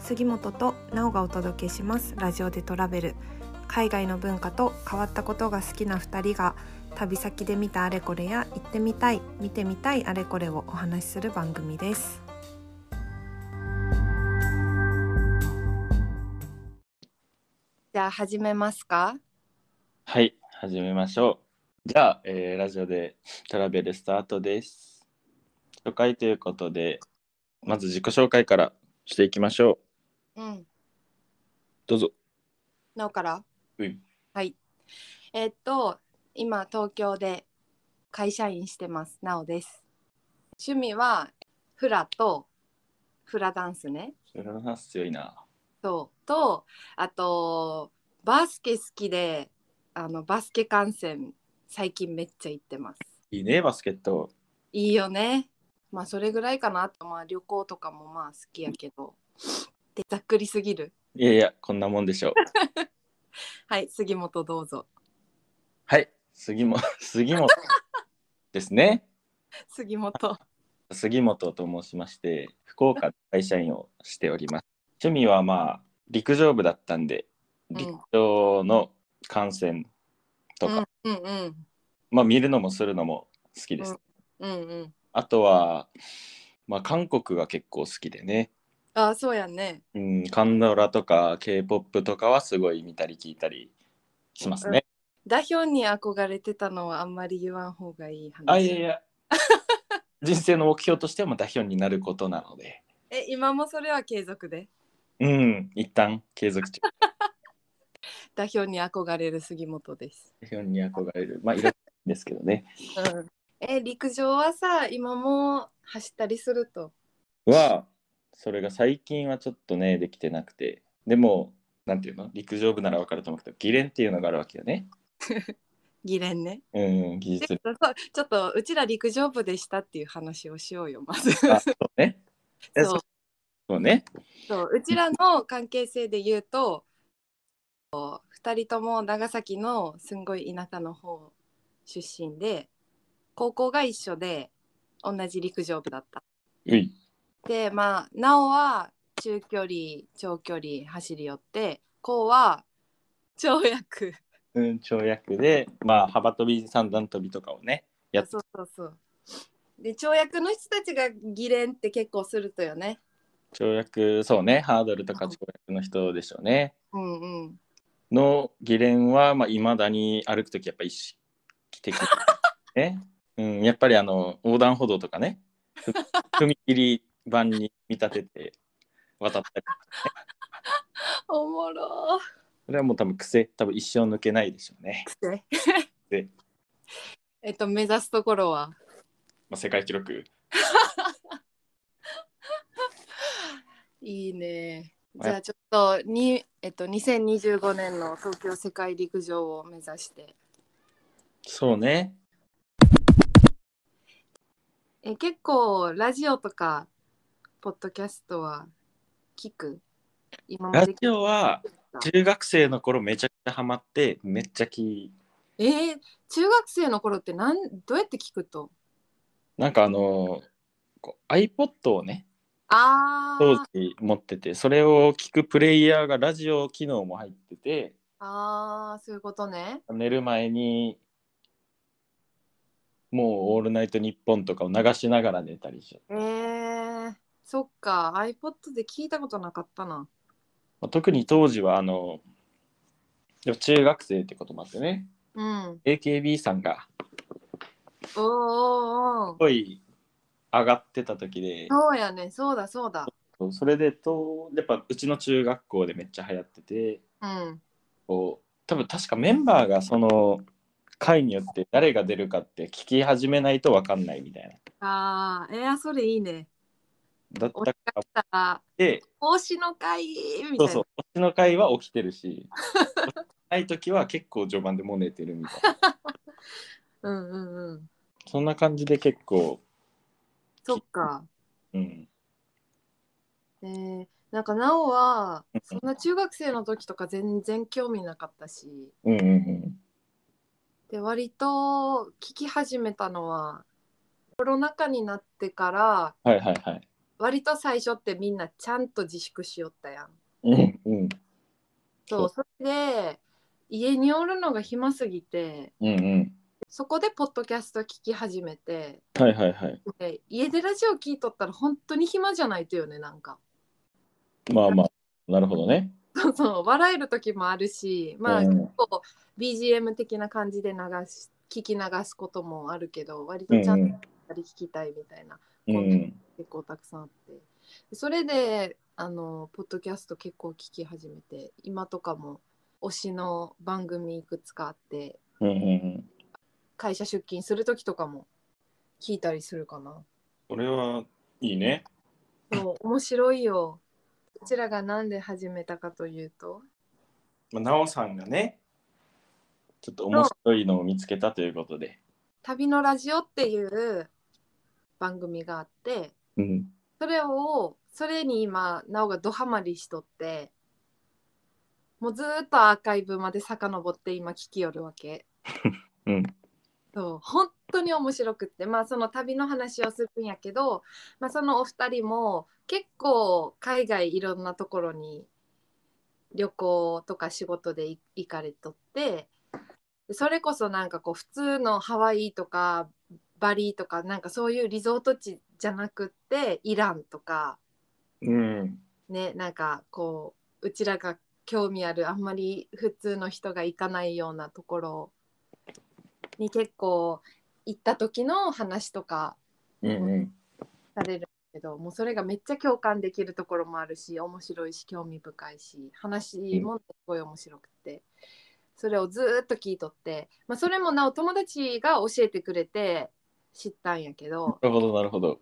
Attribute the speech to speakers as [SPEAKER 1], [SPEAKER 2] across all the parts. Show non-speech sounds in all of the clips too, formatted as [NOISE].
[SPEAKER 1] 杉本となおがお届けしますラジオでトラベル海外の文化と変わったことが好きな2人が旅先で見たあれこれや行ってみたい見てみたいあれこれをお話しする番組ですじゃあ始めますか
[SPEAKER 2] はい、始めましょう。じゃあ、えーラジオでトラベルスタートです。紹介ということで、まず自己紹介からしていきましょう。
[SPEAKER 1] うん
[SPEAKER 2] どうぞ。
[SPEAKER 1] なおから
[SPEAKER 2] うん
[SPEAKER 1] はいえーっと今東京で会社員してますなおです趣味はフラとフラダンスね
[SPEAKER 2] それは強いな。
[SPEAKER 1] そうとあとバスケ好きであのバスケ観戦最近めっちゃ行ってます
[SPEAKER 2] いいね、バスケット。
[SPEAKER 1] いいよねまあそれぐらいかなあとまあ旅行とかもまあ好きやけどでざっくりすぎる
[SPEAKER 2] いやいや、こんなもんでしょう。
[SPEAKER 1] はい杉本どうぞ
[SPEAKER 2] [LAUGHS] はい、杉本、杉本ですね。
[SPEAKER 1] 杉本
[SPEAKER 2] 杉本と申しまして、福岡で会社員をしております。趣味はまあ、陸上部だったんで、
[SPEAKER 1] ん
[SPEAKER 2] 陸上の観戦とか、
[SPEAKER 1] うんうん
[SPEAKER 2] まあ見るのもするのも好きです。
[SPEAKER 1] うんうん
[SPEAKER 2] あとは、まあ、韓国が結構好きでね、
[SPEAKER 1] ああそうやね
[SPEAKER 2] うん、韓ドラとか K-POP とかはすごい見たり聞いたりしますね。
[SPEAKER 1] 代表に憧れてたのはあんまり言わん方がいい話
[SPEAKER 2] あ、いやい
[SPEAKER 1] [LAUGHS]
[SPEAKER 2] や。人生の目標としてもダヒョンになることなので、
[SPEAKER 1] え今もそれは継続で
[SPEAKER 2] うん、一旦継続中。
[SPEAKER 1] 代表に憧れる杉本です、
[SPEAKER 2] ダヒョンに憧れる。まあ、いろいろですけどね。
[SPEAKER 1] うん、え陸上はさ今も走ったりすると
[SPEAKER 2] は、それが最近はちょっとね、できてなくて。でも、なんていうの陸上部ならわかると思うけど、議連っていうのがあるわけよね。
[SPEAKER 1] 議連ね
[SPEAKER 2] うん、技
[SPEAKER 1] で [LAUGHS]
[SPEAKER 2] 術。
[SPEAKER 1] そうちょっとうちら陸上部でしたっていう話をしようよまず
[SPEAKER 2] あ、そうね。え
[SPEAKER 1] そう
[SPEAKER 2] そうね。
[SPEAKER 1] そううちらの関係性で言うと2人とも長崎のすんごい田舎の方出身で高校が一緒で同じ陸上部だった
[SPEAKER 2] うい。
[SPEAKER 1] でまあなおは中距離長距離走り寄ってこうは跳躍
[SPEAKER 2] うん、跳躍で、まあ、幅跳び、三段跳びとかをね、やっ
[SPEAKER 1] そうそうそうで跳躍の人たちが議連って結構するとよね
[SPEAKER 2] 跳躍、そうね、ハードルとか
[SPEAKER 1] うん
[SPEAKER 2] 跳躍の人でしょうね。
[SPEAKER 1] うんうん
[SPEAKER 2] の議連は、まあ、いまだに歩くとき、やっぱ意識的にね。 [LAUGHS] うん、やっぱりあの、横断歩道とかね、ふ [LAUGHS] 踏切板に見立てて渡ったり、
[SPEAKER 1] おもろ
[SPEAKER 2] それはもう多分癖、多分一生抜けないでしょうね。
[SPEAKER 1] ー
[SPEAKER 2] で
[SPEAKER 1] [LAUGHS] えっと目指すところは
[SPEAKER 2] まあ、世界記録。
[SPEAKER 1] いいね
[SPEAKER 2] まあ
[SPEAKER 1] じゃあちょっとに、えっと、2025年の東京世界陸上を目指して
[SPEAKER 2] そうね。
[SPEAKER 1] え結構ラジオとかポッドキャストは聞く今ま
[SPEAKER 2] ラ
[SPEAKER 1] で
[SPEAKER 2] ジオは、中学生の頃めちゃくちゃハマって、めっちゃ聞
[SPEAKER 1] えー中学生の頃ってなんどうやって聞くと
[SPEAKER 2] なんかあのこう iPod をね
[SPEAKER 1] あ
[SPEAKER 2] 当
[SPEAKER 1] ー
[SPEAKER 2] 時持っててそれを聞くプレイヤーがラジオ機能も入ってて
[SPEAKER 1] あーそういうことね
[SPEAKER 2] 寝る前にもう「オールナイトニッポン」とかを流しながら寝たりしよう
[SPEAKER 1] えー、そっか iPod で聞いたことなかったな
[SPEAKER 2] まあ特に当時はあのでも中学生ってこともあってね
[SPEAKER 1] うん
[SPEAKER 2] AKB さんが
[SPEAKER 1] おーおーお
[SPEAKER 2] す
[SPEAKER 1] ー
[SPEAKER 2] ごい上がってた時で
[SPEAKER 1] そうやねそうだそうだ
[SPEAKER 2] それでとやっぱうちの中学校でめっちゃ流行ってて。
[SPEAKER 1] うん
[SPEAKER 2] こう多分確かメンバーがその回によって誰が出るかって聞き始めないと分かんないみたい
[SPEAKER 1] ああ、えー、それいいね。
[SPEAKER 2] なだっ
[SPEAKER 1] 俺
[SPEAKER 2] た
[SPEAKER 1] が
[SPEAKER 2] からっ
[SPEAKER 1] 来たら、
[SPEAKER 2] て
[SPEAKER 1] 推しの会みたい
[SPEAKER 2] そ
[SPEAKER 1] うな。
[SPEAKER 2] そう推しの会は起きてるしない時は結構序盤でもう寝てるみたいな
[SPEAKER 1] [LAUGHS] うんうんうん。
[SPEAKER 2] そんな感じで結構
[SPEAKER 1] そっか。
[SPEAKER 2] うん
[SPEAKER 1] えー、なんか、なおは、そんな中学生の時とか全然興味なかったし、
[SPEAKER 2] うんうんうん
[SPEAKER 1] で、割と聞き始めたのは、コロナ禍になってから、
[SPEAKER 2] はいはいはい
[SPEAKER 1] 割と最初ってみんなちゃんと自粛しよったやん。
[SPEAKER 2] うんうん
[SPEAKER 1] そうそれで家におるのが暇すぎて
[SPEAKER 2] うんうん
[SPEAKER 1] そこでポッドキャスト聞き始めて
[SPEAKER 2] はいはいはい
[SPEAKER 1] で家でラジオ聞いとったら本当に暇じゃないとよねなんか。 [LAUGHS]
[SPEAKER 2] まあまあなるほどね
[SPEAKER 1] そうそう笑える時もあるしまあ、
[SPEAKER 2] うん
[SPEAKER 1] 結構 BGM 的な感じで流し聞き流すこともあるけど割とちゃんとやっぱり聞きたいみたいな。
[SPEAKER 2] うん
[SPEAKER 1] 結構たくさんあってそれであのポッドキャスト結構聞き始めて今とかも推しの番組いくつかあって
[SPEAKER 2] うんうんうん
[SPEAKER 1] 会社出勤する時とかも聞いたりするかな
[SPEAKER 2] これはいいね
[SPEAKER 1] そう面白いよこちらが何で始めたかというと
[SPEAKER 2] まあなおさんがねちょっと面白いのを見つけたということで
[SPEAKER 1] 「旅のラジオ」っていう番組があって
[SPEAKER 2] うん
[SPEAKER 1] それをそれに今なおがドハマりしとってもうずーっとアーカイブまで遡って今聞きよるわけ。
[SPEAKER 2] [LAUGHS] うん
[SPEAKER 1] そう本当に面白くってまあその旅の話をするんやけど、まあ、そのお二人も結構海外いろんなところに旅行とか仕事でい行かれとってそれこそなんかこう普通のハワイとかバリとかなんかそういうリゾート地じゃなくってイランとか
[SPEAKER 2] うん
[SPEAKER 1] ねなんかこううちらが興味あるあんまり普通の人が行かないようなところに結構行った時の話とか
[SPEAKER 2] うんうん
[SPEAKER 1] されるけどもうそれがめっちゃ共感できるところもあるし面白いし興味深いし話もすごい面白くて、それをずーっと聞いとって、まあ、それもなお友達が教えてくれて知ったんやけど。
[SPEAKER 2] なるほどなるほど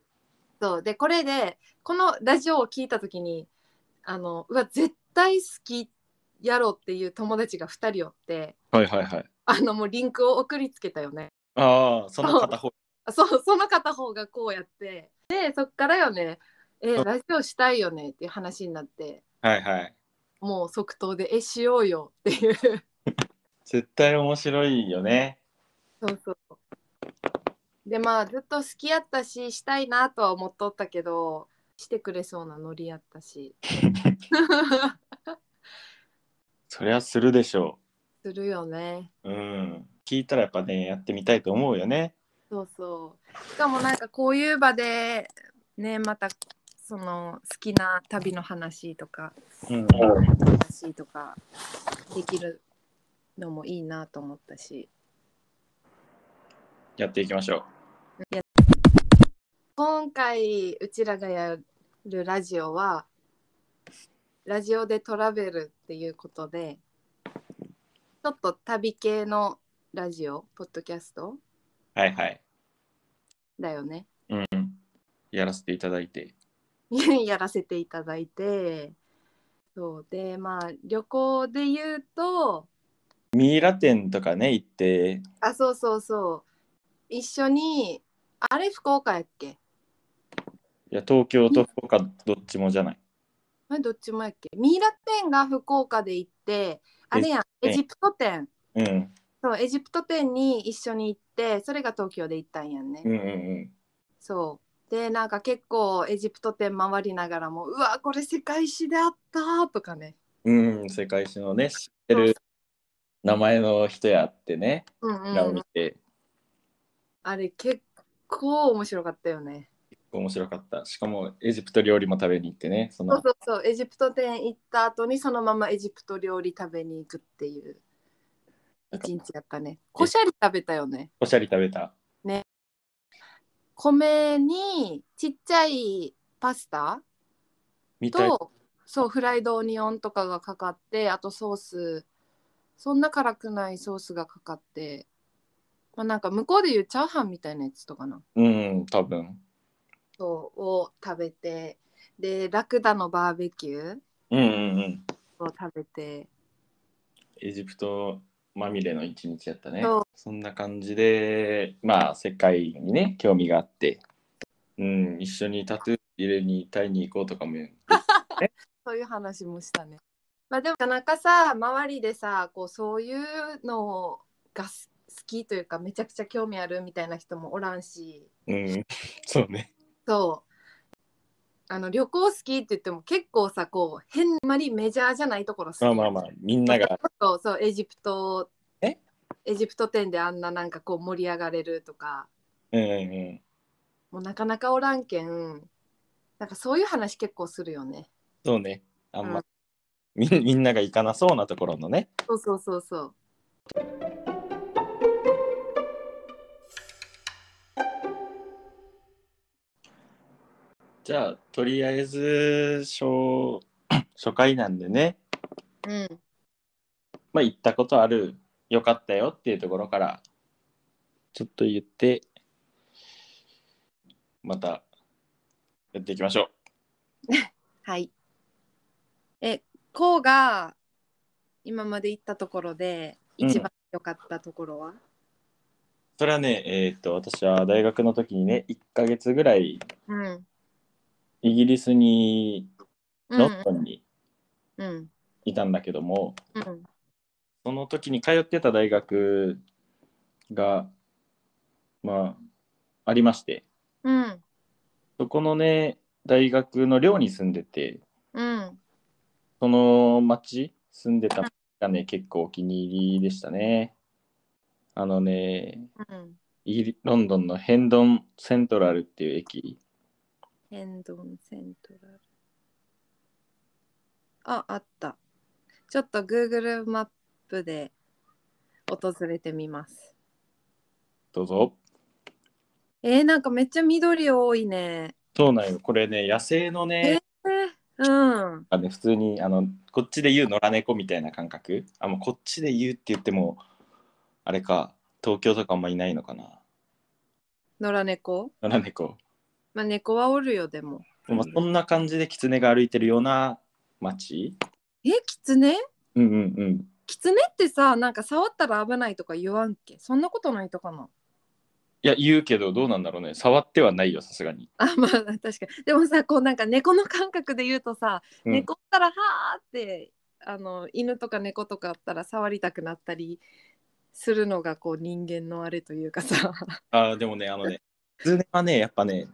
[SPEAKER 1] そうでこれでこのラジオを聞いた時にあのうわ絶対好きやろっていう友達が2人おって
[SPEAKER 2] はいはいはい
[SPEAKER 1] あのもうリンクを送りつけたよね
[SPEAKER 2] ああその片方
[SPEAKER 1] あそうその片方がこうやってでそっからよねえ
[SPEAKER 2] うん
[SPEAKER 1] ラジオしたいよねっていう話になって
[SPEAKER 2] はいはい
[SPEAKER 1] もう即答でえしようよっていう [LAUGHS]
[SPEAKER 2] 絶対面白いよね
[SPEAKER 1] そうそうでまあずっと好きやったししたいなとは思っとったけどしてくれそうなノリやったし
[SPEAKER 2] [LAUGHS]
[SPEAKER 1] [LAUGHS]
[SPEAKER 2] そりゃするでしょ
[SPEAKER 1] するよね
[SPEAKER 2] ううん聞いたらやっぱねやってみたいと思うよね
[SPEAKER 1] そうそうしかもなんかこういう場でねまたその好きな旅の話とか
[SPEAKER 2] うん
[SPEAKER 1] 話とかできるのもいいなと思ったし
[SPEAKER 2] やっていきましょ
[SPEAKER 1] 今回うちらがやるラジオはラジオでトラベルっていうことでちょっと旅系のラジオポッドキャスト
[SPEAKER 2] うはいはい
[SPEAKER 1] だよね
[SPEAKER 2] やらせていただいて
[SPEAKER 1] [LAUGHS] やらせていただいてそうでまあ旅行で言うと
[SPEAKER 2] ミイラ店とかね行って
[SPEAKER 1] あそうそうそう一緒にあれ福岡やっけ
[SPEAKER 2] いや東京と福岡どっちもじゃない
[SPEAKER 1] あれどっちもやっけミイラ店が福岡で行ってあれやん
[SPEAKER 2] え
[SPEAKER 1] エジプト店
[SPEAKER 2] うん
[SPEAKER 1] そうエジプト店に一緒に行ってそれが東京で行ったんやんね、
[SPEAKER 2] うんうん
[SPEAKER 1] そうでなんか結構エジプト店回りながらもうわこれ世界史であったーとかね
[SPEAKER 2] うんうん世界史のね知ってる名前の人やってね
[SPEAKER 1] うんう
[SPEAKER 2] 裏を見
[SPEAKER 1] ん
[SPEAKER 2] て
[SPEAKER 1] あれ結構面白かったよね
[SPEAKER 2] 面白かったしかもエジプト料理も食べに行ってねそ
[SPEAKER 1] そう
[SPEAKER 2] の
[SPEAKER 1] そうそうエジプト店行った後にそのままエジプト料理食べに行くっていう一日やったねこしゃり食べたよね
[SPEAKER 2] おしゃれ食べた
[SPEAKER 1] 米にちっちゃいパスタ
[SPEAKER 2] みたい
[SPEAKER 1] とそうフライドオニオンとかがかかってあとソースそんな辛くないソースがかかってまあなんか向こうで言うチャーハンみたいなやつとかな
[SPEAKER 2] うん多分
[SPEAKER 1] そうを食べてでラクダのバーベキュー
[SPEAKER 2] うんうんうん
[SPEAKER 1] を食べて
[SPEAKER 2] エジプトまみれの一日やったね
[SPEAKER 1] そ
[SPEAKER 2] そうんな感じでまあ世界にね興味があってうん一緒にタトゥー入れにタイに行こうとかも
[SPEAKER 1] [LAUGHS] そういう話もしたね。まあでもなかなかさ周りでさこうそういうのがす好きというかめちゃくちゃ興味あるみたいな人もおらんし
[SPEAKER 2] うんそうね
[SPEAKER 1] そあの旅行好きって言っても結構さこう変あまりメジャーじゃないところ好き
[SPEAKER 2] まあまあまあみんなが
[SPEAKER 1] そうそうエジプト
[SPEAKER 2] え
[SPEAKER 1] エジプト店であんななんかこう盛り上がれるとか
[SPEAKER 2] うんうんうん
[SPEAKER 1] もうなかなかおらんけんなんかそういう話結構するよね
[SPEAKER 2] そうねあん
[SPEAKER 1] う
[SPEAKER 2] ま
[SPEAKER 1] ん
[SPEAKER 2] みみんなが行かなそうなところのね
[SPEAKER 1] そうそうそうそう
[SPEAKER 2] じゃあとりあえず初初回なんでね
[SPEAKER 1] うん
[SPEAKER 2] まあ行ったことあるよかったよっていうところからちょっと言ってまたやっていきましょう
[SPEAKER 1] はいえこうが今まで行ったところで
[SPEAKER 2] うん
[SPEAKER 1] 一番良かったところは、
[SPEAKER 2] それはねえっと私は大学の時にね1ヶ月ぐらい
[SPEAKER 1] うん、うん
[SPEAKER 2] イギリスに
[SPEAKER 1] う
[SPEAKER 2] ロ
[SPEAKER 1] ん
[SPEAKER 2] ットンに
[SPEAKER 1] うん
[SPEAKER 2] いたんだけども、
[SPEAKER 1] うん
[SPEAKER 2] その時に通ってた大学がまあありまして
[SPEAKER 1] うん
[SPEAKER 2] そこのね大学の寮に住んでて
[SPEAKER 1] うん
[SPEAKER 2] その町住んでた町がね結構お気に入りでしたねあのね
[SPEAKER 1] うん
[SPEAKER 2] イギリロンドンのヘンドンセントラルっていう駅
[SPEAKER 1] ヘンドンセントラルああったちょっと Google マップで訪れてみます
[SPEAKER 2] どうぞ
[SPEAKER 1] えー、なんかめっちゃ緑多いね
[SPEAKER 2] そうなんよこれね野生のね
[SPEAKER 1] えーうん
[SPEAKER 2] あね普通にあのこっちで言う野良猫みたいな感覚あもうこっちで言うって言ってもあれか東京とかあんまいないのかな
[SPEAKER 1] 野良猫
[SPEAKER 2] 野良猫
[SPEAKER 1] まあ猫はおるよでも
[SPEAKER 2] まあ、そんな感じでキツネが歩いてるような街
[SPEAKER 1] えキツネ
[SPEAKER 2] うんうんうん
[SPEAKER 1] キツネってさなんか触ったら危ないとか言わんっけそんなことないとかない [LAUGHS]
[SPEAKER 2] や言うけどどうなんだろうね触ってはないよさすがに、
[SPEAKER 1] あまあ確かにでもさこうなんか猫の感覚で言うとさ、
[SPEAKER 2] うん
[SPEAKER 1] 猫ったらはーってあの犬とか猫とかあったら触りたくなったりするのがこう人間のあれというかさ
[SPEAKER 2] あーでもねあのねキツネはねやっぱね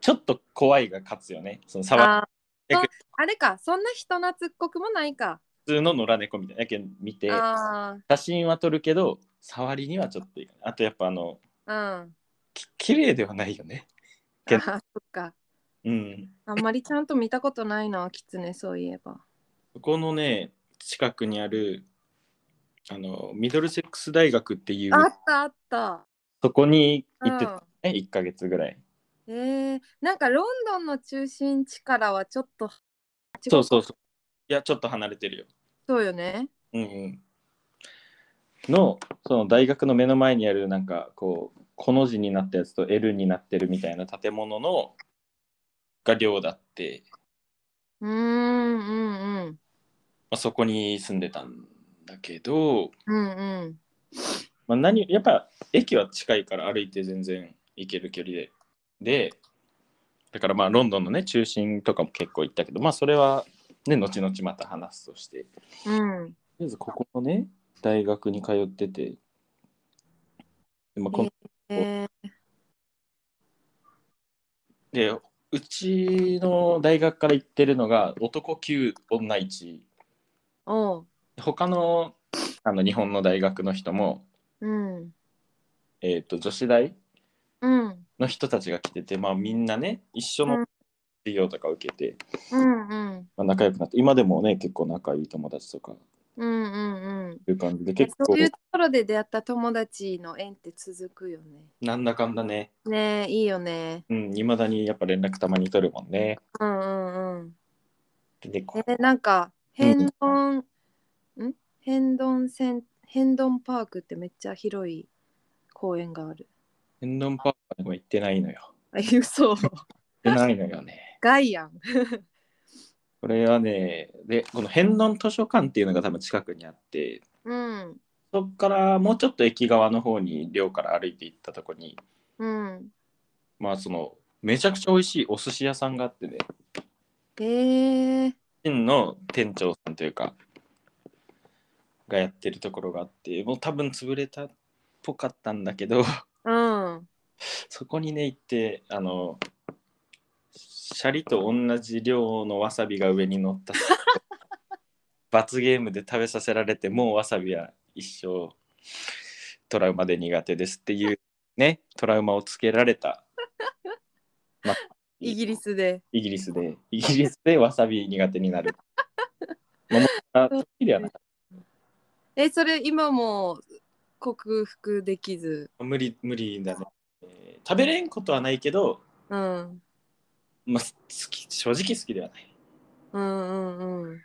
[SPEAKER 2] ちょっと怖いが勝つよねその触っ
[SPEAKER 1] あーそあれかそんな人懐っこくもないか、
[SPEAKER 2] 普通の野良猫みたいなやけん見て
[SPEAKER 1] あ
[SPEAKER 2] 写真は撮るけど触りにはちょっといかないあとやっぱあの
[SPEAKER 1] あうん
[SPEAKER 2] き綺麗ではないよねけ
[SPEAKER 1] あーそっか
[SPEAKER 2] うん
[SPEAKER 1] あんまりちゃんと見たことないなキツネそういえば
[SPEAKER 2] そこのね近くにあるあのミドルセックス大学っていう
[SPEAKER 1] あったあった、
[SPEAKER 2] そこに
[SPEAKER 1] う
[SPEAKER 2] 行ってた
[SPEAKER 1] ん、
[SPEAKER 2] ね、1ヶ月ぐらい
[SPEAKER 1] えー、なんかロンドンの中心地からはちょっと
[SPEAKER 2] そうそうそう。いや、ちょっと離れてるよ。
[SPEAKER 1] そうよね
[SPEAKER 2] うんうん。の、その大学の目の前にある、なんか、こう、この字になったやつと L になってるみたいな建物の、が寮だって、
[SPEAKER 1] うーんうんうん
[SPEAKER 2] まあ、そこに住んでたんだけど、
[SPEAKER 1] うんうん
[SPEAKER 2] まあ、何、やっぱ、駅は近いから歩いて全然行ける距離で。で、だからまあ、ロンドンのね、中心とかも結構行ったけど、まあ、それは、ね、後々また話すとして。
[SPEAKER 1] うん
[SPEAKER 2] とりあえずここのね大学に通ってて、でまあこの
[SPEAKER 1] えー
[SPEAKER 2] でうちの大学から行ってるのが男9女1
[SPEAKER 1] おう
[SPEAKER 2] 他のあの日本の大学の人も、
[SPEAKER 1] うん
[SPEAKER 2] えー、と女子大
[SPEAKER 1] うん
[SPEAKER 2] の人たちが来てて、まあ、みんなね一緒の授業とか受けて、
[SPEAKER 1] うんうん
[SPEAKER 2] まあ、仲良くなって今でもね結構仲いい友達とか
[SPEAKER 1] うんうんうん
[SPEAKER 2] いう感じで
[SPEAKER 1] え
[SPEAKER 2] 結
[SPEAKER 1] そ
[SPEAKER 2] 構
[SPEAKER 1] ういうところで出会った友達の縁って続くよね
[SPEAKER 2] なんだかんだね
[SPEAKER 1] ねえいいよね
[SPEAKER 2] うん未だにやっぱ連絡たまに取るもんね。
[SPEAKER 1] うんうんうん
[SPEAKER 2] でこ
[SPEAKER 1] えなんか変動ん変動セン変動パークってめっちゃ広い公園がある
[SPEAKER 2] 天丼パークにも行ってないのよ。
[SPEAKER 1] あ
[SPEAKER 2] [LAUGHS]
[SPEAKER 1] 嘘
[SPEAKER 2] 行ってないのよね。
[SPEAKER 1] ガイアン
[SPEAKER 2] これはね、で、この変論図書館っていうのが多分近くにあって、
[SPEAKER 1] うん
[SPEAKER 2] そこからもうちょっと駅側の方に寮から歩いて行ったとこに、
[SPEAKER 1] うん
[SPEAKER 2] まあその、めちゃくちゃ美味しいお寿司屋さんがあってね、
[SPEAKER 1] えー、
[SPEAKER 2] 真の店長さんというか、がやってるところがあって、もう多分潰れたっぽかったんだけど、
[SPEAKER 1] うん
[SPEAKER 2] [LAUGHS] そこにね、行って、あの、シャリと同じ量のわさびが上に乗った罰ゲームで食べさせられてもうわさびは一生トラウマで苦手ですっていうねトラウマをつけられた、まあ
[SPEAKER 1] イギリスで
[SPEAKER 2] イギリスでイギリスでわさび苦手になる。まあ、もうあ時ではなかっ
[SPEAKER 1] えそれ今も克服できず
[SPEAKER 2] た無理無理だね、えー食べれんことはないけど、
[SPEAKER 1] うん
[SPEAKER 2] まあ、好き正直好きではない。
[SPEAKER 1] うんうんうん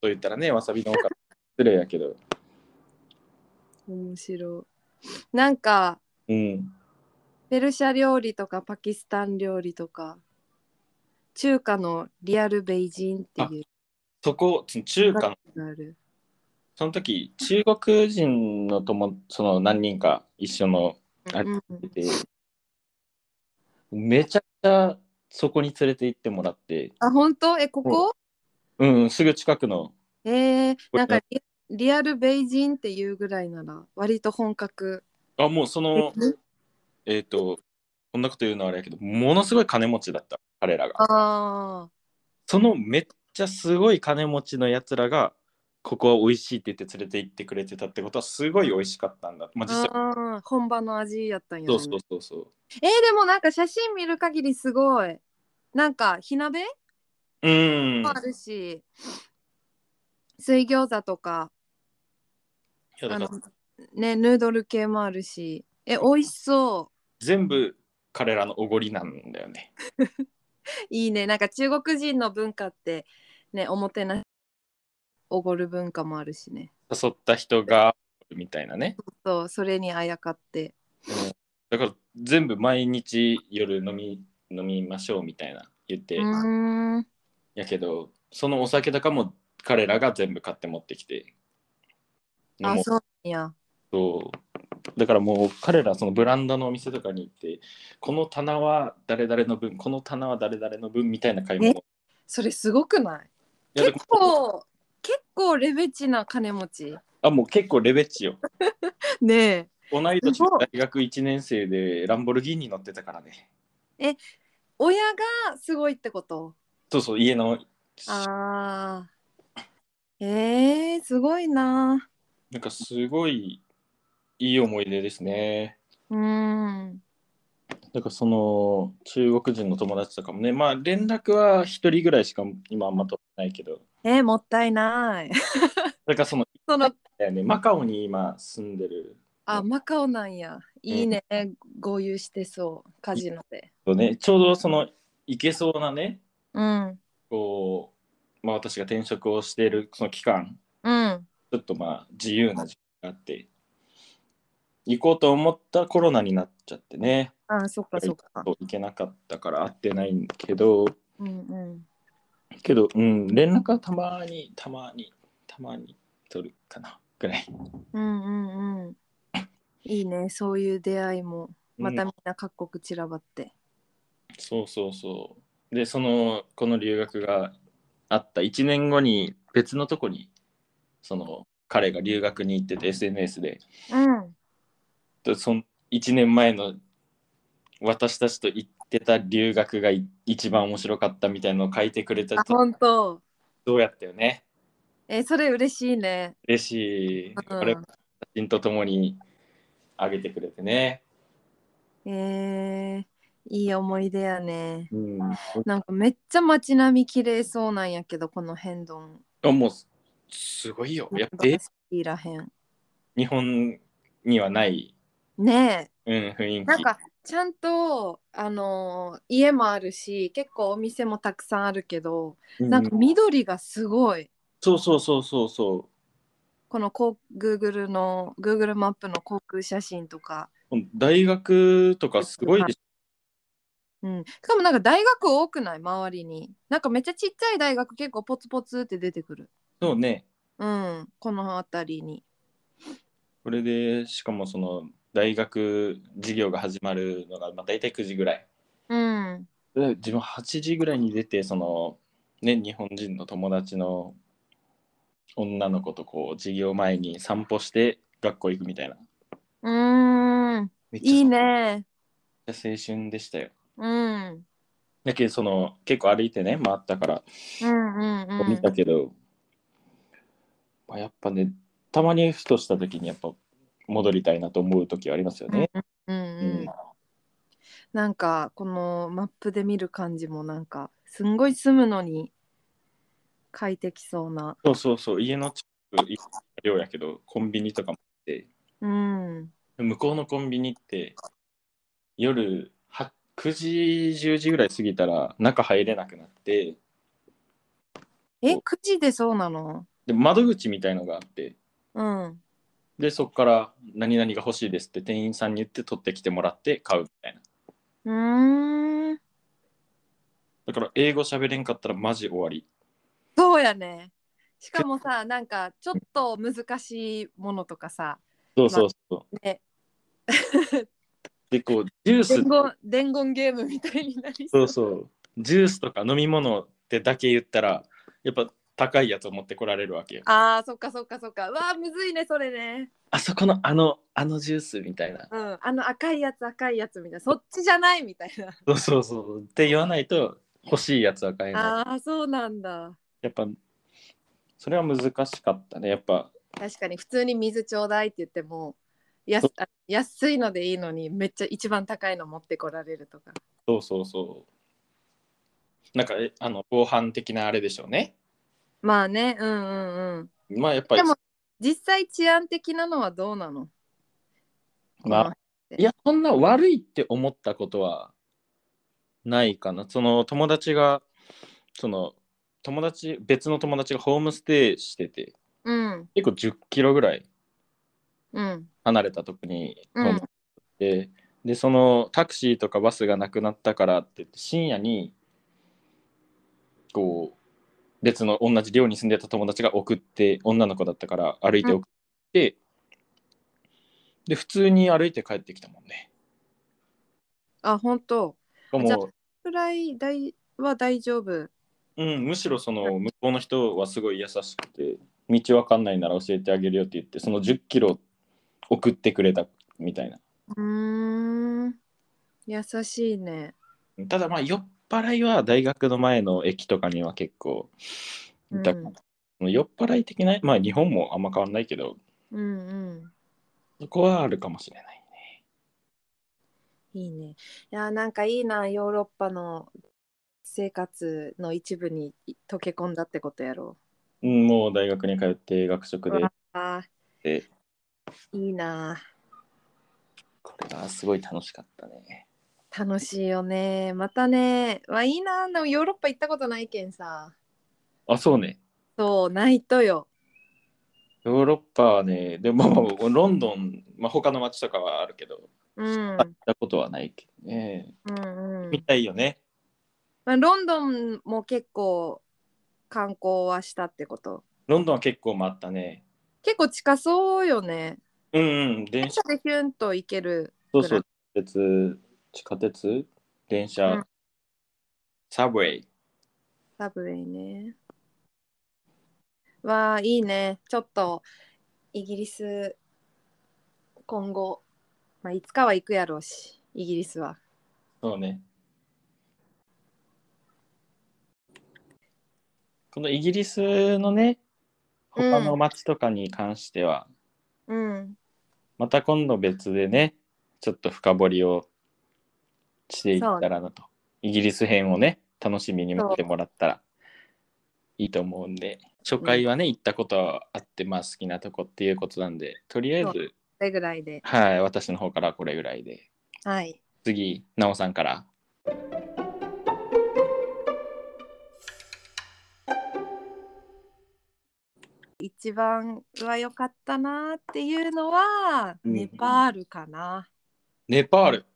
[SPEAKER 2] と言ったらねわさびの方から失礼やけど。
[SPEAKER 1] 面白いなんか
[SPEAKER 2] うん。
[SPEAKER 1] ペルシャ料理とかパキスタン料理とか中華のリアルベイジンっていう
[SPEAKER 2] そこその中華の
[SPEAKER 1] のがある
[SPEAKER 2] その時中国人の友その何人か一緒のあ
[SPEAKER 1] うんうん
[SPEAKER 2] でめちゃくちゃそこに連れて行ってもらって、
[SPEAKER 1] あ本当えここ
[SPEAKER 2] うんうん、すぐ近くの
[SPEAKER 1] えー、
[SPEAKER 2] これ
[SPEAKER 1] なんかリリアルベイジンっていうぐらいなら割と本格
[SPEAKER 2] あもうそのえっ、とこんなこと言うのはあれやけどものすごい金持ちだった彼らが
[SPEAKER 1] ああ
[SPEAKER 2] そのめっちゃすごい金持ちのやつらがここは美味しいって言って連れて行ってくれてたってことはすごい美味しかったんだ、まあ、実際
[SPEAKER 1] あー本場の味やったんや、ね、
[SPEAKER 2] そうそうそうそう
[SPEAKER 1] えー、でもなんか写真見る限りすごいなんか火鍋
[SPEAKER 2] うん
[SPEAKER 1] もあるし、水餃子とか
[SPEAKER 2] いやだ
[SPEAKER 1] あ
[SPEAKER 2] か
[SPEAKER 1] の
[SPEAKER 2] ら
[SPEAKER 1] ねヌードル系もあるしえ美味しそ
[SPEAKER 2] 全部彼らのおごりなんだよね
[SPEAKER 1] ういいねなんか中国人の文化ってねおもてなしおごる文化もあるしね
[SPEAKER 2] 誘った人がみたいなね
[SPEAKER 1] そうそれにあやかって
[SPEAKER 2] だから全部毎日夜飲み飲みましょうみたいな言って、
[SPEAKER 1] うーん
[SPEAKER 2] やけどそのお酒とかも彼らが全部買って持ってきて飲
[SPEAKER 1] あ
[SPEAKER 2] もう
[SPEAKER 1] そうなんや
[SPEAKER 2] そうだからもう彼らそのブランドのお店とかに行ってこの棚は誰々の分この棚は誰々の分みたいな買い物
[SPEAKER 1] それすごくない
[SPEAKER 2] いやだ
[SPEAKER 1] 結
[SPEAKER 2] から
[SPEAKER 1] 構結構レベチな金持ち
[SPEAKER 2] あもう結構レベチよ
[SPEAKER 1] ねえ
[SPEAKER 2] 同い年
[SPEAKER 1] すご
[SPEAKER 2] の
[SPEAKER 1] い
[SPEAKER 2] 大学1年生でランボルギーニ乗ってたからね
[SPEAKER 1] 親がすごいってこと
[SPEAKER 2] そうそう家の
[SPEAKER 1] ああえー、すごいな
[SPEAKER 2] なんかすごいいい思い出ですね
[SPEAKER 1] うん
[SPEAKER 2] だからその中国人の友達とかもねまあ連絡は一人ぐらいしか今あんま取ってないけど
[SPEAKER 1] えー、もったいない [LAUGHS]
[SPEAKER 2] だからその
[SPEAKER 1] その
[SPEAKER 2] だよねマカオに今住んでる
[SPEAKER 1] あマカオなんやいいね、合流してそうカジノで
[SPEAKER 2] とねちょうどその行けそうなね
[SPEAKER 1] うん
[SPEAKER 2] こう、まあ、私が転職をしているその期間
[SPEAKER 1] うん
[SPEAKER 2] ちょっとまあ自由な時間があって行こうと思ったコロナになっちゃってね
[SPEAKER 1] あそっかそっか
[SPEAKER 2] そう行けなかったから会ってないんだけど
[SPEAKER 1] うんうん
[SPEAKER 2] けどうん連絡はたまにたまにたまに取るかなぐらい。
[SPEAKER 1] うんうんうんいいねそういう出会いもまたみんな各国散らばって、
[SPEAKER 2] そうそうそう。で、その、この留学があった1年後に別のとこに、その、彼が留学に行ってて SNS で、
[SPEAKER 1] うん
[SPEAKER 2] でその1年前の私たちと行ってた留学がい一番面白かったみたいなのを書いてくれた
[SPEAKER 1] あ
[SPEAKER 2] と
[SPEAKER 1] 本当
[SPEAKER 2] どうやったよね。
[SPEAKER 1] えーそれ嬉しいね
[SPEAKER 2] 嬉しい。
[SPEAKER 1] うん
[SPEAKER 2] これ、写真とともに上げてくれてね。
[SPEAKER 1] えー、いい思い出やね。
[SPEAKER 2] うん。
[SPEAKER 1] なんかめっちゃ街並み綺麗そうなんやけど、この辺どん。
[SPEAKER 2] あもう、すごいよ。やっぱ、え
[SPEAKER 1] いらへん。
[SPEAKER 2] 日本にはない、
[SPEAKER 1] ね
[SPEAKER 2] うん、雰囲
[SPEAKER 1] え、
[SPEAKER 2] 気。
[SPEAKER 1] なんかちゃんと、あのー家もあるし、結構お店もたくさんあるけど、
[SPEAKER 2] うん
[SPEAKER 1] なんか緑がすごい。
[SPEAKER 2] そうそうそうそうそ
[SPEAKER 1] このこう Google の Google マップの航空写真とか、
[SPEAKER 2] う。大学とかすごいでし
[SPEAKER 1] うん、しかもなんか大学多くない周りになんかめっちゃちっちゃい大学結構ポツポツって出てくる
[SPEAKER 2] ょ。そうね。
[SPEAKER 1] うんこの辺りに
[SPEAKER 2] これで、しかもその大学授業が始まるのが、まあ、大体9時ぐらい。
[SPEAKER 1] うん
[SPEAKER 2] で自分8時ぐらいに出て、その、ね、日本人の友達の女の子とこう、授業前に散歩して学校行くみたいな。
[SPEAKER 1] うーん、
[SPEAKER 2] めっちゃ
[SPEAKER 1] いい。ね。
[SPEAKER 2] めっちゃ青春でしたよ。
[SPEAKER 1] うん。
[SPEAKER 2] だけどその結構歩いてね回ったから
[SPEAKER 1] うんうんうん
[SPEAKER 2] 見たけど、まあやっぱねたまにふとした時にやっぱ戻りたいなと思う時はありますよね。
[SPEAKER 1] うんうんなんかこのマップで見る感じもなんかすんごい住むのに快適そうな
[SPEAKER 2] そうそうそう家の近く量やけどコンビニとかもあって
[SPEAKER 1] うん
[SPEAKER 2] 向こうのコンビニって夜は9時10時ぐらい過ぎたら中入れなくなって
[SPEAKER 1] え9時でそうなの
[SPEAKER 2] で窓口みたいのがあって
[SPEAKER 1] うん
[SPEAKER 2] でそこから「何々が欲しいです」って店員さんに言って取ってきてもらって買うみたいな
[SPEAKER 1] うーん
[SPEAKER 2] だから英語喋れんかったらマジ終わり
[SPEAKER 1] そうやねしかもさなんかちょっと難しいものとかさ
[SPEAKER 2] そうそうそう
[SPEAKER 1] ね
[SPEAKER 2] [LAUGHS] でこうジュース
[SPEAKER 1] 伝言伝言ゲームみたいになり
[SPEAKER 2] そうそうジュースとか飲み物ってだけ言ったらやっぱ高いやつを持ってこられるわけよ
[SPEAKER 1] あーそっかそっかそっかうわーむずいねそれね
[SPEAKER 2] あそこのあのあのジュースみたいな
[SPEAKER 1] うんあの赤いやつ赤いやつみたいなそっちじゃないみたいな
[SPEAKER 2] そうそうそうって言わないと欲しいやつは買えない
[SPEAKER 1] ああそうなんだ
[SPEAKER 2] やっぱそれは難しかったねやっぱ
[SPEAKER 1] 確かに普通に水ちょうだいって言ってもやすあ安いのでいいのにめっちゃ一番高いの持ってこられるとか
[SPEAKER 2] そうそうそうなんかえあの防犯的なあれでしょうね
[SPEAKER 1] まあねうんうんうん
[SPEAKER 2] まあやっぱり
[SPEAKER 1] でも実際治安的なのはどうなの
[SPEAKER 2] まあいや、そんな悪いって思ったことはないかな。その友達が、その友達、別の友達がホームステイしてて、
[SPEAKER 1] うん
[SPEAKER 2] 結構10キロぐらい
[SPEAKER 1] うん
[SPEAKER 2] 離れたとこに
[SPEAKER 1] う
[SPEAKER 2] ホ
[SPEAKER 1] ん
[SPEAKER 2] ームステイして、で、そのタクシーとかバスがなくなったからって言って、深夜に、こう、別の同じ寮に住んでた友達が送って、女の子だったから歩いて送って、で、普通に歩いて帰ってきたもんね。
[SPEAKER 1] あ本当
[SPEAKER 2] もう
[SPEAKER 1] じゃあくらい大は大丈夫
[SPEAKER 2] うん、むしろその向こうの人はすごい優しくて道わかんないなら教えてあげるよって言ってその10キロ送ってくれたみたいな
[SPEAKER 1] うーん優しいね
[SPEAKER 2] ただまあ酔っ払いは大学の前の駅とかには結構いた、
[SPEAKER 1] うん
[SPEAKER 2] 酔っ払い的なまあ日本もあんま変わんないけど
[SPEAKER 1] うんうん
[SPEAKER 2] そこはあるかもしれないね
[SPEAKER 1] いいね。いやーなんかいいなヨーロッパの生活の一部に溶け込んだってことやろ
[SPEAKER 2] うんもう大学に通って学食で
[SPEAKER 1] うわあ
[SPEAKER 2] で
[SPEAKER 1] ーいいな
[SPEAKER 2] これはすごい楽しかったね
[SPEAKER 1] 楽しいよねまたねわいいなでもヨーロッパ行ったことないけんさ
[SPEAKER 2] あそうね
[SPEAKER 1] そうないとよ
[SPEAKER 2] ヨーロッパはねでもまあまあロンドン、まあ、他の街とかはあるけど
[SPEAKER 1] うん、
[SPEAKER 2] 行ったことはないけどね、
[SPEAKER 1] うんうん
[SPEAKER 2] みたいよね。
[SPEAKER 1] まあ、ロンドンも結構観光はしたってこと
[SPEAKER 2] ロンドンは結構回ったね。
[SPEAKER 1] 結構近そうよね
[SPEAKER 2] うんうん、電
[SPEAKER 1] 電
[SPEAKER 2] 車
[SPEAKER 1] 車、でヒュンと行ける
[SPEAKER 2] そ
[SPEAKER 1] ぐ
[SPEAKER 2] う
[SPEAKER 1] らい
[SPEAKER 2] そう、地下鉄、地下鉄、電車、
[SPEAKER 1] うん
[SPEAKER 2] サブウェイ。
[SPEAKER 1] サブウェイね。わあ、いいね。ちょっと、イギリス、今後、まあ、いつかは行くやろうし、イギリスは。
[SPEAKER 2] そうね。このイギリスのね、
[SPEAKER 1] うん
[SPEAKER 2] 他の街とかに関しては、
[SPEAKER 1] うん。
[SPEAKER 2] また今度別でね、ちょっと深掘りをしていったらなと。イギリス編をね、楽しみに待ってもらったらいいと思うんで、初回はね、行ったことはあって、まあ好きなとこっていうことなんで、とりあえ
[SPEAKER 1] そ
[SPEAKER 2] ず、
[SPEAKER 1] それぐらいで。
[SPEAKER 2] はい、私の方からはこれぐらいで、
[SPEAKER 1] はい。
[SPEAKER 2] 次、なおさんから。
[SPEAKER 1] 一番は良かったなっていうのは、
[SPEAKER 2] うん
[SPEAKER 1] ネパールかな。
[SPEAKER 2] ネパール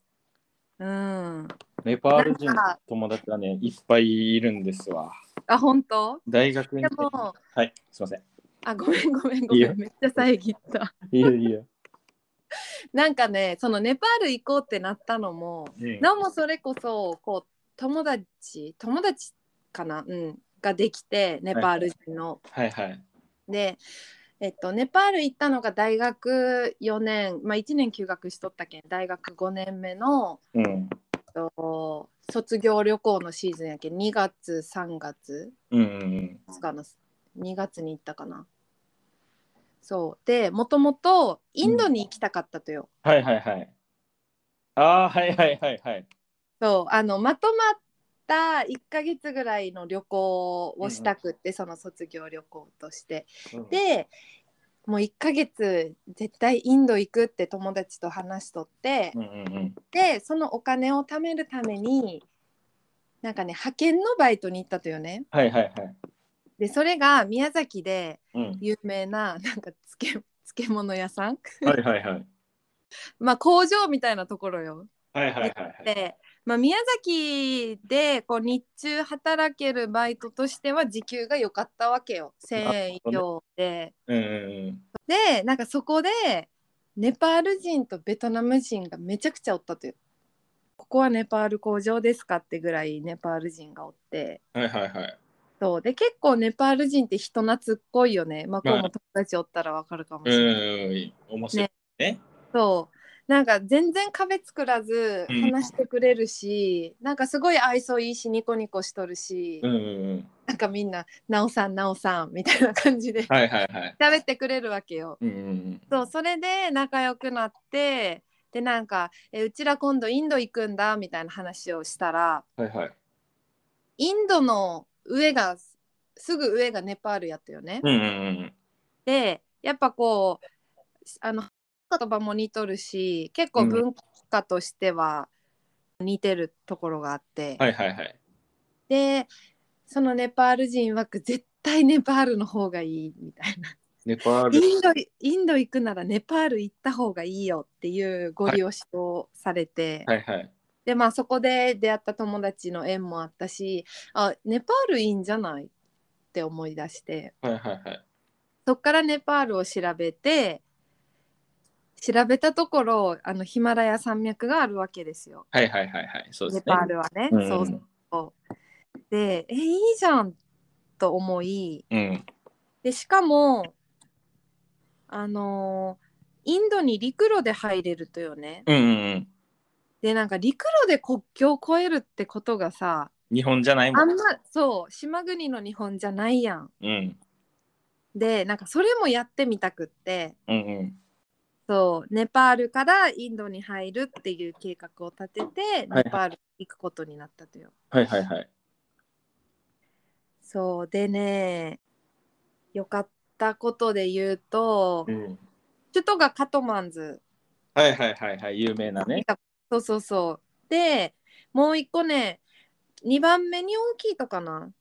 [SPEAKER 1] うん。
[SPEAKER 2] ネパール人
[SPEAKER 1] なん
[SPEAKER 2] の
[SPEAKER 1] か
[SPEAKER 2] 友達がね、いっぱいいるんですわ。
[SPEAKER 1] あ、本当
[SPEAKER 2] 大学に。
[SPEAKER 1] でも
[SPEAKER 2] はい、すいません。
[SPEAKER 1] あ、ごめんごめんごめ
[SPEAKER 2] いい
[SPEAKER 1] ん。
[SPEAKER 2] よ
[SPEAKER 1] めっちゃ遮った。
[SPEAKER 2] いい [LAUGHS] よいいよ。
[SPEAKER 1] なんかね、そのネパール行こうってなったのも、
[SPEAKER 2] うん
[SPEAKER 1] なおもそれこそこう友達友達かな、うん、ができてネパール人の。
[SPEAKER 2] はいはい。
[SPEAKER 1] で、えっと、ネパール行ったのが大学4年、まあ、1年休学しとったけん大学5年目の
[SPEAKER 2] うん。
[SPEAKER 1] と卒業旅行のシーズンやけん2月3月
[SPEAKER 2] うんうん
[SPEAKER 1] かな2月に行ったかなそうでもともとインドに行きたかったとよ、
[SPEAKER 2] はいはいはい。ああー、はいはいはいはい。
[SPEAKER 1] そうあのまとまった1ヶ月ぐらいの旅行をしたくって、その卒業旅行として
[SPEAKER 2] うん、
[SPEAKER 1] でもう1ヶ月絶対インド行くって友達と話しとって、
[SPEAKER 2] うんうんうん。
[SPEAKER 1] でそのお金を貯めるためになんかね派遣のバイトに行ったとよね
[SPEAKER 2] はいはいはい。
[SPEAKER 1] でそれが宮崎で
[SPEAKER 2] うん。
[SPEAKER 1] 有名ななんか漬け漬物屋さん
[SPEAKER 2] はいはいはい。
[SPEAKER 1] まあ工場みたいなところよ。
[SPEAKER 2] はいはいはいはい。
[SPEAKER 1] で、まあ、宮崎でこう日中働けるバイトとしては時給が良かったわけよ1,000円以上で。
[SPEAKER 2] うんうんうん。
[SPEAKER 1] でなんかそこでネパール人とベトナム人がめちゃくちゃおったという。ここはネパール工場ですかってぐらいネパール人がおって
[SPEAKER 2] はいはいはい。
[SPEAKER 1] そうで結構ネパール人って人懐っこいよねまあこう
[SPEAKER 2] ま
[SPEAKER 1] も友達おったらわかるかもし
[SPEAKER 2] うん
[SPEAKER 1] れない、
[SPEAKER 2] うんうん。面白いね。
[SPEAKER 1] そうなんか全然壁作らず
[SPEAKER 2] うん
[SPEAKER 1] 話してくれるし、なんかすごい愛想いいしニコニコしとるし、
[SPEAKER 2] うんうんうん。
[SPEAKER 1] なんかみんな「なおさんなおさん」みたいな感じで
[SPEAKER 2] はいはいはい。
[SPEAKER 1] 喋ってくれるわけよ。
[SPEAKER 2] うんうん
[SPEAKER 1] そうそれで仲良くなってでなんかえ「うちら今度インド行くんだ」みたいな話をしたら
[SPEAKER 2] うん。はいはい。
[SPEAKER 1] インドの上がすぐ上がネパールやったよね。
[SPEAKER 2] うんうんうん。
[SPEAKER 1] でやっぱこうあの言葉も似とるし結構文化としては似てるところがあって、
[SPEAKER 2] はいはいはい。
[SPEAKER 1] でそのネパール人枠絶対ネパールの方がいいみたいな
[SPEAKER 2] ネパール。
[SPEAKER 1] インドインド行くならネパール行った方がいいよっていうご利用しをされて、
[SPEAKER 2] はいはい。
[SPEAKER 1] でまあそこで出会った友達の縁もあったしあネパールいいんじゃないって思い出して。
[SPEAKER 2] はいはいはい。
[SPEAKER 1] そっからネパールを調べて調べたところあのヒマラヤ山脈があるわけですよ
[SPEAKER 2] はいはいはいはい。そうです
[SPEAKER 1] ネ
[SPEAKER 2] ね。
[SPEAKER 1] パールはね。
[SPEAKER 2] うん
[SPEAKER 1] そうそうでえいいじゃんと思い
[SPEAKER 2] うん。
[SPEAKER 1] でしかもあのーインドに陸路で入れるとよね。
[SPEAKER 2] うんうんうん。
[SPEAKER 1] でなんか陸路で国境を越えるってことがさ
[SPEAKER 2] 日本じゃないも
[SPEAKER 1] あ
[SPEAKER 2] ん。
[SPEAKER 1] んまそう島国の日本じゃないやん。
[SPEAKER 2] うん。
[SPEAKER 1] でなんかそれもやってみたくって。
[SPEAKER 2] うんうん。
[SPEAKER 1] そうネパールからインドに入るっていう計画を立てて
[SPEAKER 2] はい
[SPEAKER 1] ネパールに行くことになったとよ。
[SPEAKER 2] はいはいはい。
[SPEAKER 1] そうでねよかったことで言うと、
[SPEAKER 2] うん。
[SPEAKER 1] 首都がカトマンズ
[SPEAKER 2] はいはいはいはい。有名なね。
[SPEAKER 1] そうそうそうでもう一個ね2番目に大きいとかなっ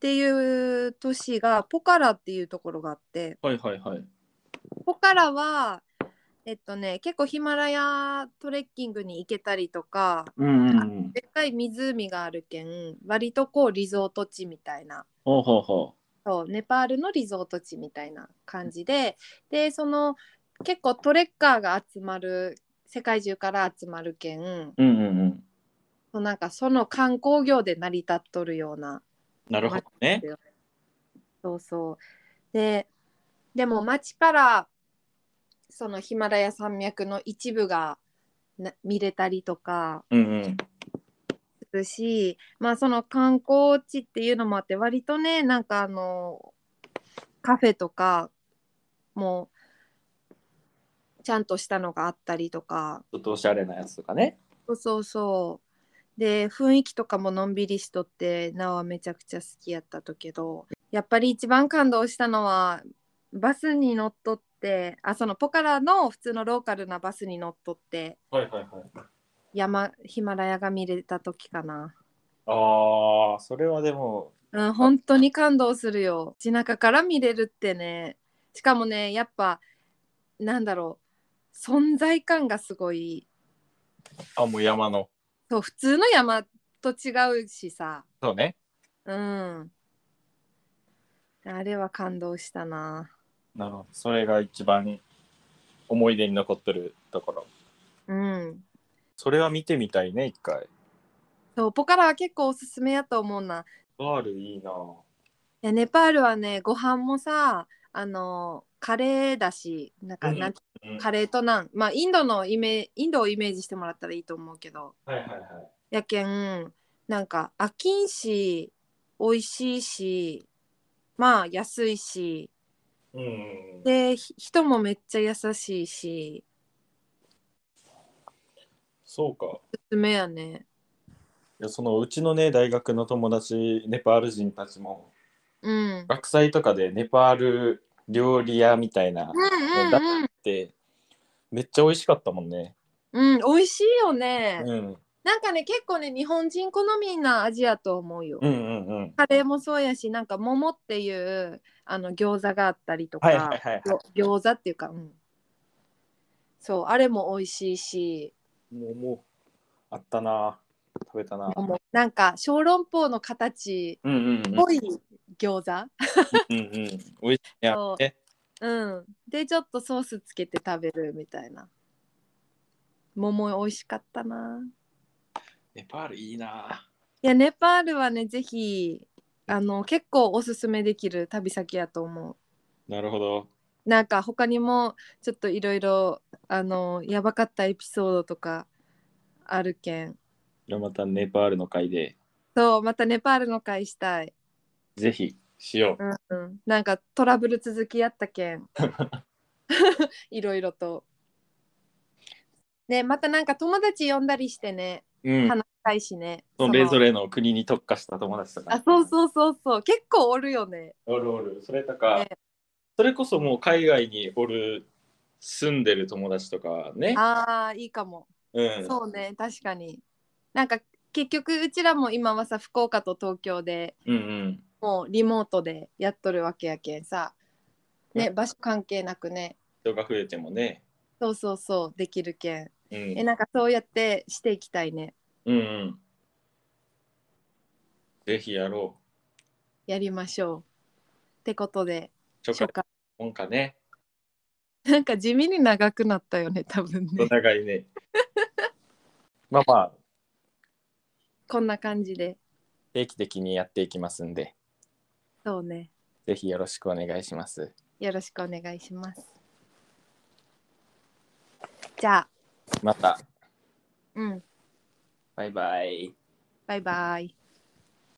[SPEAKER 1] ていう都市がポカラっていうところがあって
[SPEAKER 2] はいはいはい。
[SPEAKER 1] ポカラはえっとね結構ヒマラヤトレッキングに行けたりとか
[SPEAKER 2] うんうんうん。
[SPEAKER 1] でっかい湖があるけん割とこうリゾート地みたいな
[SPEAKER 2] ほうほうほ
[SPEAKER 1] そうネパールのリゾート地みたいな感じででその結構トレッカーが集まる世界中から集まるけん
[SPEAKER 2] う。うんうんうん。
[SPEAKER 1] そうなんかその観光業で成り立っとるような
[SPEAKER 2] なるほどね。
[SPEAKER 1] そうそうででも街からそのヒマラヤ山脈の一部がな見れたりとか
[SPEAKER 2] うんうん。
[SPEAKER 1] するし、まあ、その観光地っていうのもあって割とねなんかあのカフェとかもちゃんとしたのがあったりとか
[SPEAKER 2] ちょっとおしゃれなやつとかね。
[SPEAKER 1] そうそうそうで雰囲気とかものんびりしとってなおはめちゃくちゃ好きやったとけどやっぱり一番感動したのはバスに乗っとってあそのポカラの普通のローカルなバスに乗っとって
[SPEAKER 2] はいはいはい。
[SPEAKER 1] 山ヒマラヤが見れた時かな。
[SPEAKER 2] ああ、それはでも。
[SPEAKER 1] うん、本当に感動するよ。街中から見れるってね。しかもね、やっぱ、なんだろう、存在感がすごい。
[SPEAKER 2] あ、もう山の。
[SPEAKER 1] そう、普通の山と違うしさ。
[SPEAKER 2] そうね。
[SPEAKER 1] うん。あれは感動したな。
[SPEAKER 2] なるほど。それが一番思い出に残ってるところ。
[SPEAKER 1] うん。
[SPEAKER 2] それは見てみたいね、一回。
[SPEAKER 1] そう、ポカラは結構おすすめやと思うな。
[SPEAKER 2] ガールいいな。
[SPEAKER 1] いやネパールはね、ご飯もさ、あの、カレーだしなんか
[SPEAKER 2] うん
[SPEAKER 1] なんて
[SPEAKER 2] うん
[SPEAKER 1] カレーとナンまあインドのイメインドをイメージしてもらったらいいと思うけど
[SPEAKER 2] はいはいはい。
[SPEAKER 1] やけんなんか飽きんし美味しいしまあ安いし
[SPEAKER 2] うんうん。
[SPEAKER 1] でひ人もめっちゃ優しいし
[SPEAKER 2] そうか。
[SPEAKER 1] おすすめやね
[SPEAKER 2] いやそのうちのね大学の友達ネパール人たちも
[SPEAKER 1] うん
[SPEAKER 2] 学祭とかでネパール料理屋みたいなの
[SPEAKER 1] うん
[SPEAKER 2] 出
[SPEAKER 1] うんうん
[SPEAKER 2] してめっちゃ美味しかったもんね。
[SPEAKER 1] うん、美味しいよね、
[SPEAKER 2] うん
[SPEAKER 1] なんかね結構ね日本人好みな味やと思うよ、
[SPEAKER 2] うんうんうん。
[SPEAKER 1] カレーもそうやしなんか桃っていうあの餃子があったりとか、
[SPEAKER 2] はいはいはいは
[SPEAKER 1] ぎょ餃子っていうか、うん、そうあれも美味しいし
[SPEAKER 2] い。もうもうあったな食べたな。
[SPEAKER 1] もうなんか小籠包の形
[SPEAKER 2] うんうんうん。
[SPEAKER 1] っぽい餃子、
[SPEAKER 2] うんうん。美味しいや
[SPEAKER 1] そう
[SPEAKER 2] ね。
[SPEAKER 1] うん、でちょっとソースつけて食べるみたいな桃美味しかったな
[SPEAKER 2] ネパールいいない
[SPEAKER 1] やネパールはねぜひあの結構おすすめできる旅先やと思う
[SPEAKER 2] なるほど。
[SPEAKER 1] なんか他にもちょっといろいろあのやばかったエピソードとかあるけん
[SPEAKER 2] じゃあまたネパールの会で
[SPEAKER 1] そうまたネパールの会したい、
[SPEAKER 2] ぜひしよう。
[SPEAKER 1] うんうん、なんかトラブル続きやったけん [LAUGHS] いろいろとねまたなんか友達呼んだりしてね
[SPEAKER 2] うん。
[SPEAKER 1] 話したいしね、
[SPEAKER 2] そ
[SPEAKER 1] の
[SPEAKER 2] のれぞれの国に特化した友達とか。
[SPEAKER 1] あそうそうそうそう結構おるよね
[SPEAKER 2] おるおる。それとか、
[SPEAKER 1] ね
[SPEAKER 2] それこそもう海外におる住んでる友達とかね。
[SPEAKER 1] あーいいかも
[SPEAKER 2] うん。
[SPEAKER 1] そうね確かになんか結局うちらも今はさ福岡と東京で
[SPEAKER 2] うんうん。
[SPEAKER 1] もうリモートでやっとるわけやけんさ、ね、場所関係なくね
[SPEAKER 2] 人が増えてもね。
[SPEAKER 1] そうそうそうできるけん
[SPEAKER 2] う
[SPEAKER 1] え
[SPEAKER 2] ん。
[SPEAKER 1] なんかそうやってしていきたいね
[SPEAKER 2] うんうん。ぜひやろう。
[SPEAKER 1] やりましょうってことで
[SPEAKER 2] ちょ
[SPEAKER 1] 初
[SPEAKER 2] っ
[SPEAKER 1] 回
[SPEAKER 2] もんかね。
[SPEAKER 1] [LAUGHS] なんか地味に長くなったよね多分
[SPEAKER 2] お
[SPEAKER 1] ね
[SPEAKER 2] 互いね。 [LAUGHS] まあまあ、
[SPEAKER 1] こんな感じで
[SPEAKER 2] 定期的にやっていきますんで、
[SPEAKER 1] そうね
[SPEAKER 2] ぜひよろしくお願いします。
[SPEAKER 1] よろしくお願いしますじゃあ
[SPEAKER 2] また、
[SPEAKER 1] うん
[SPEAKER 2] バイバイ。
[SPEAKER 1] バイバイ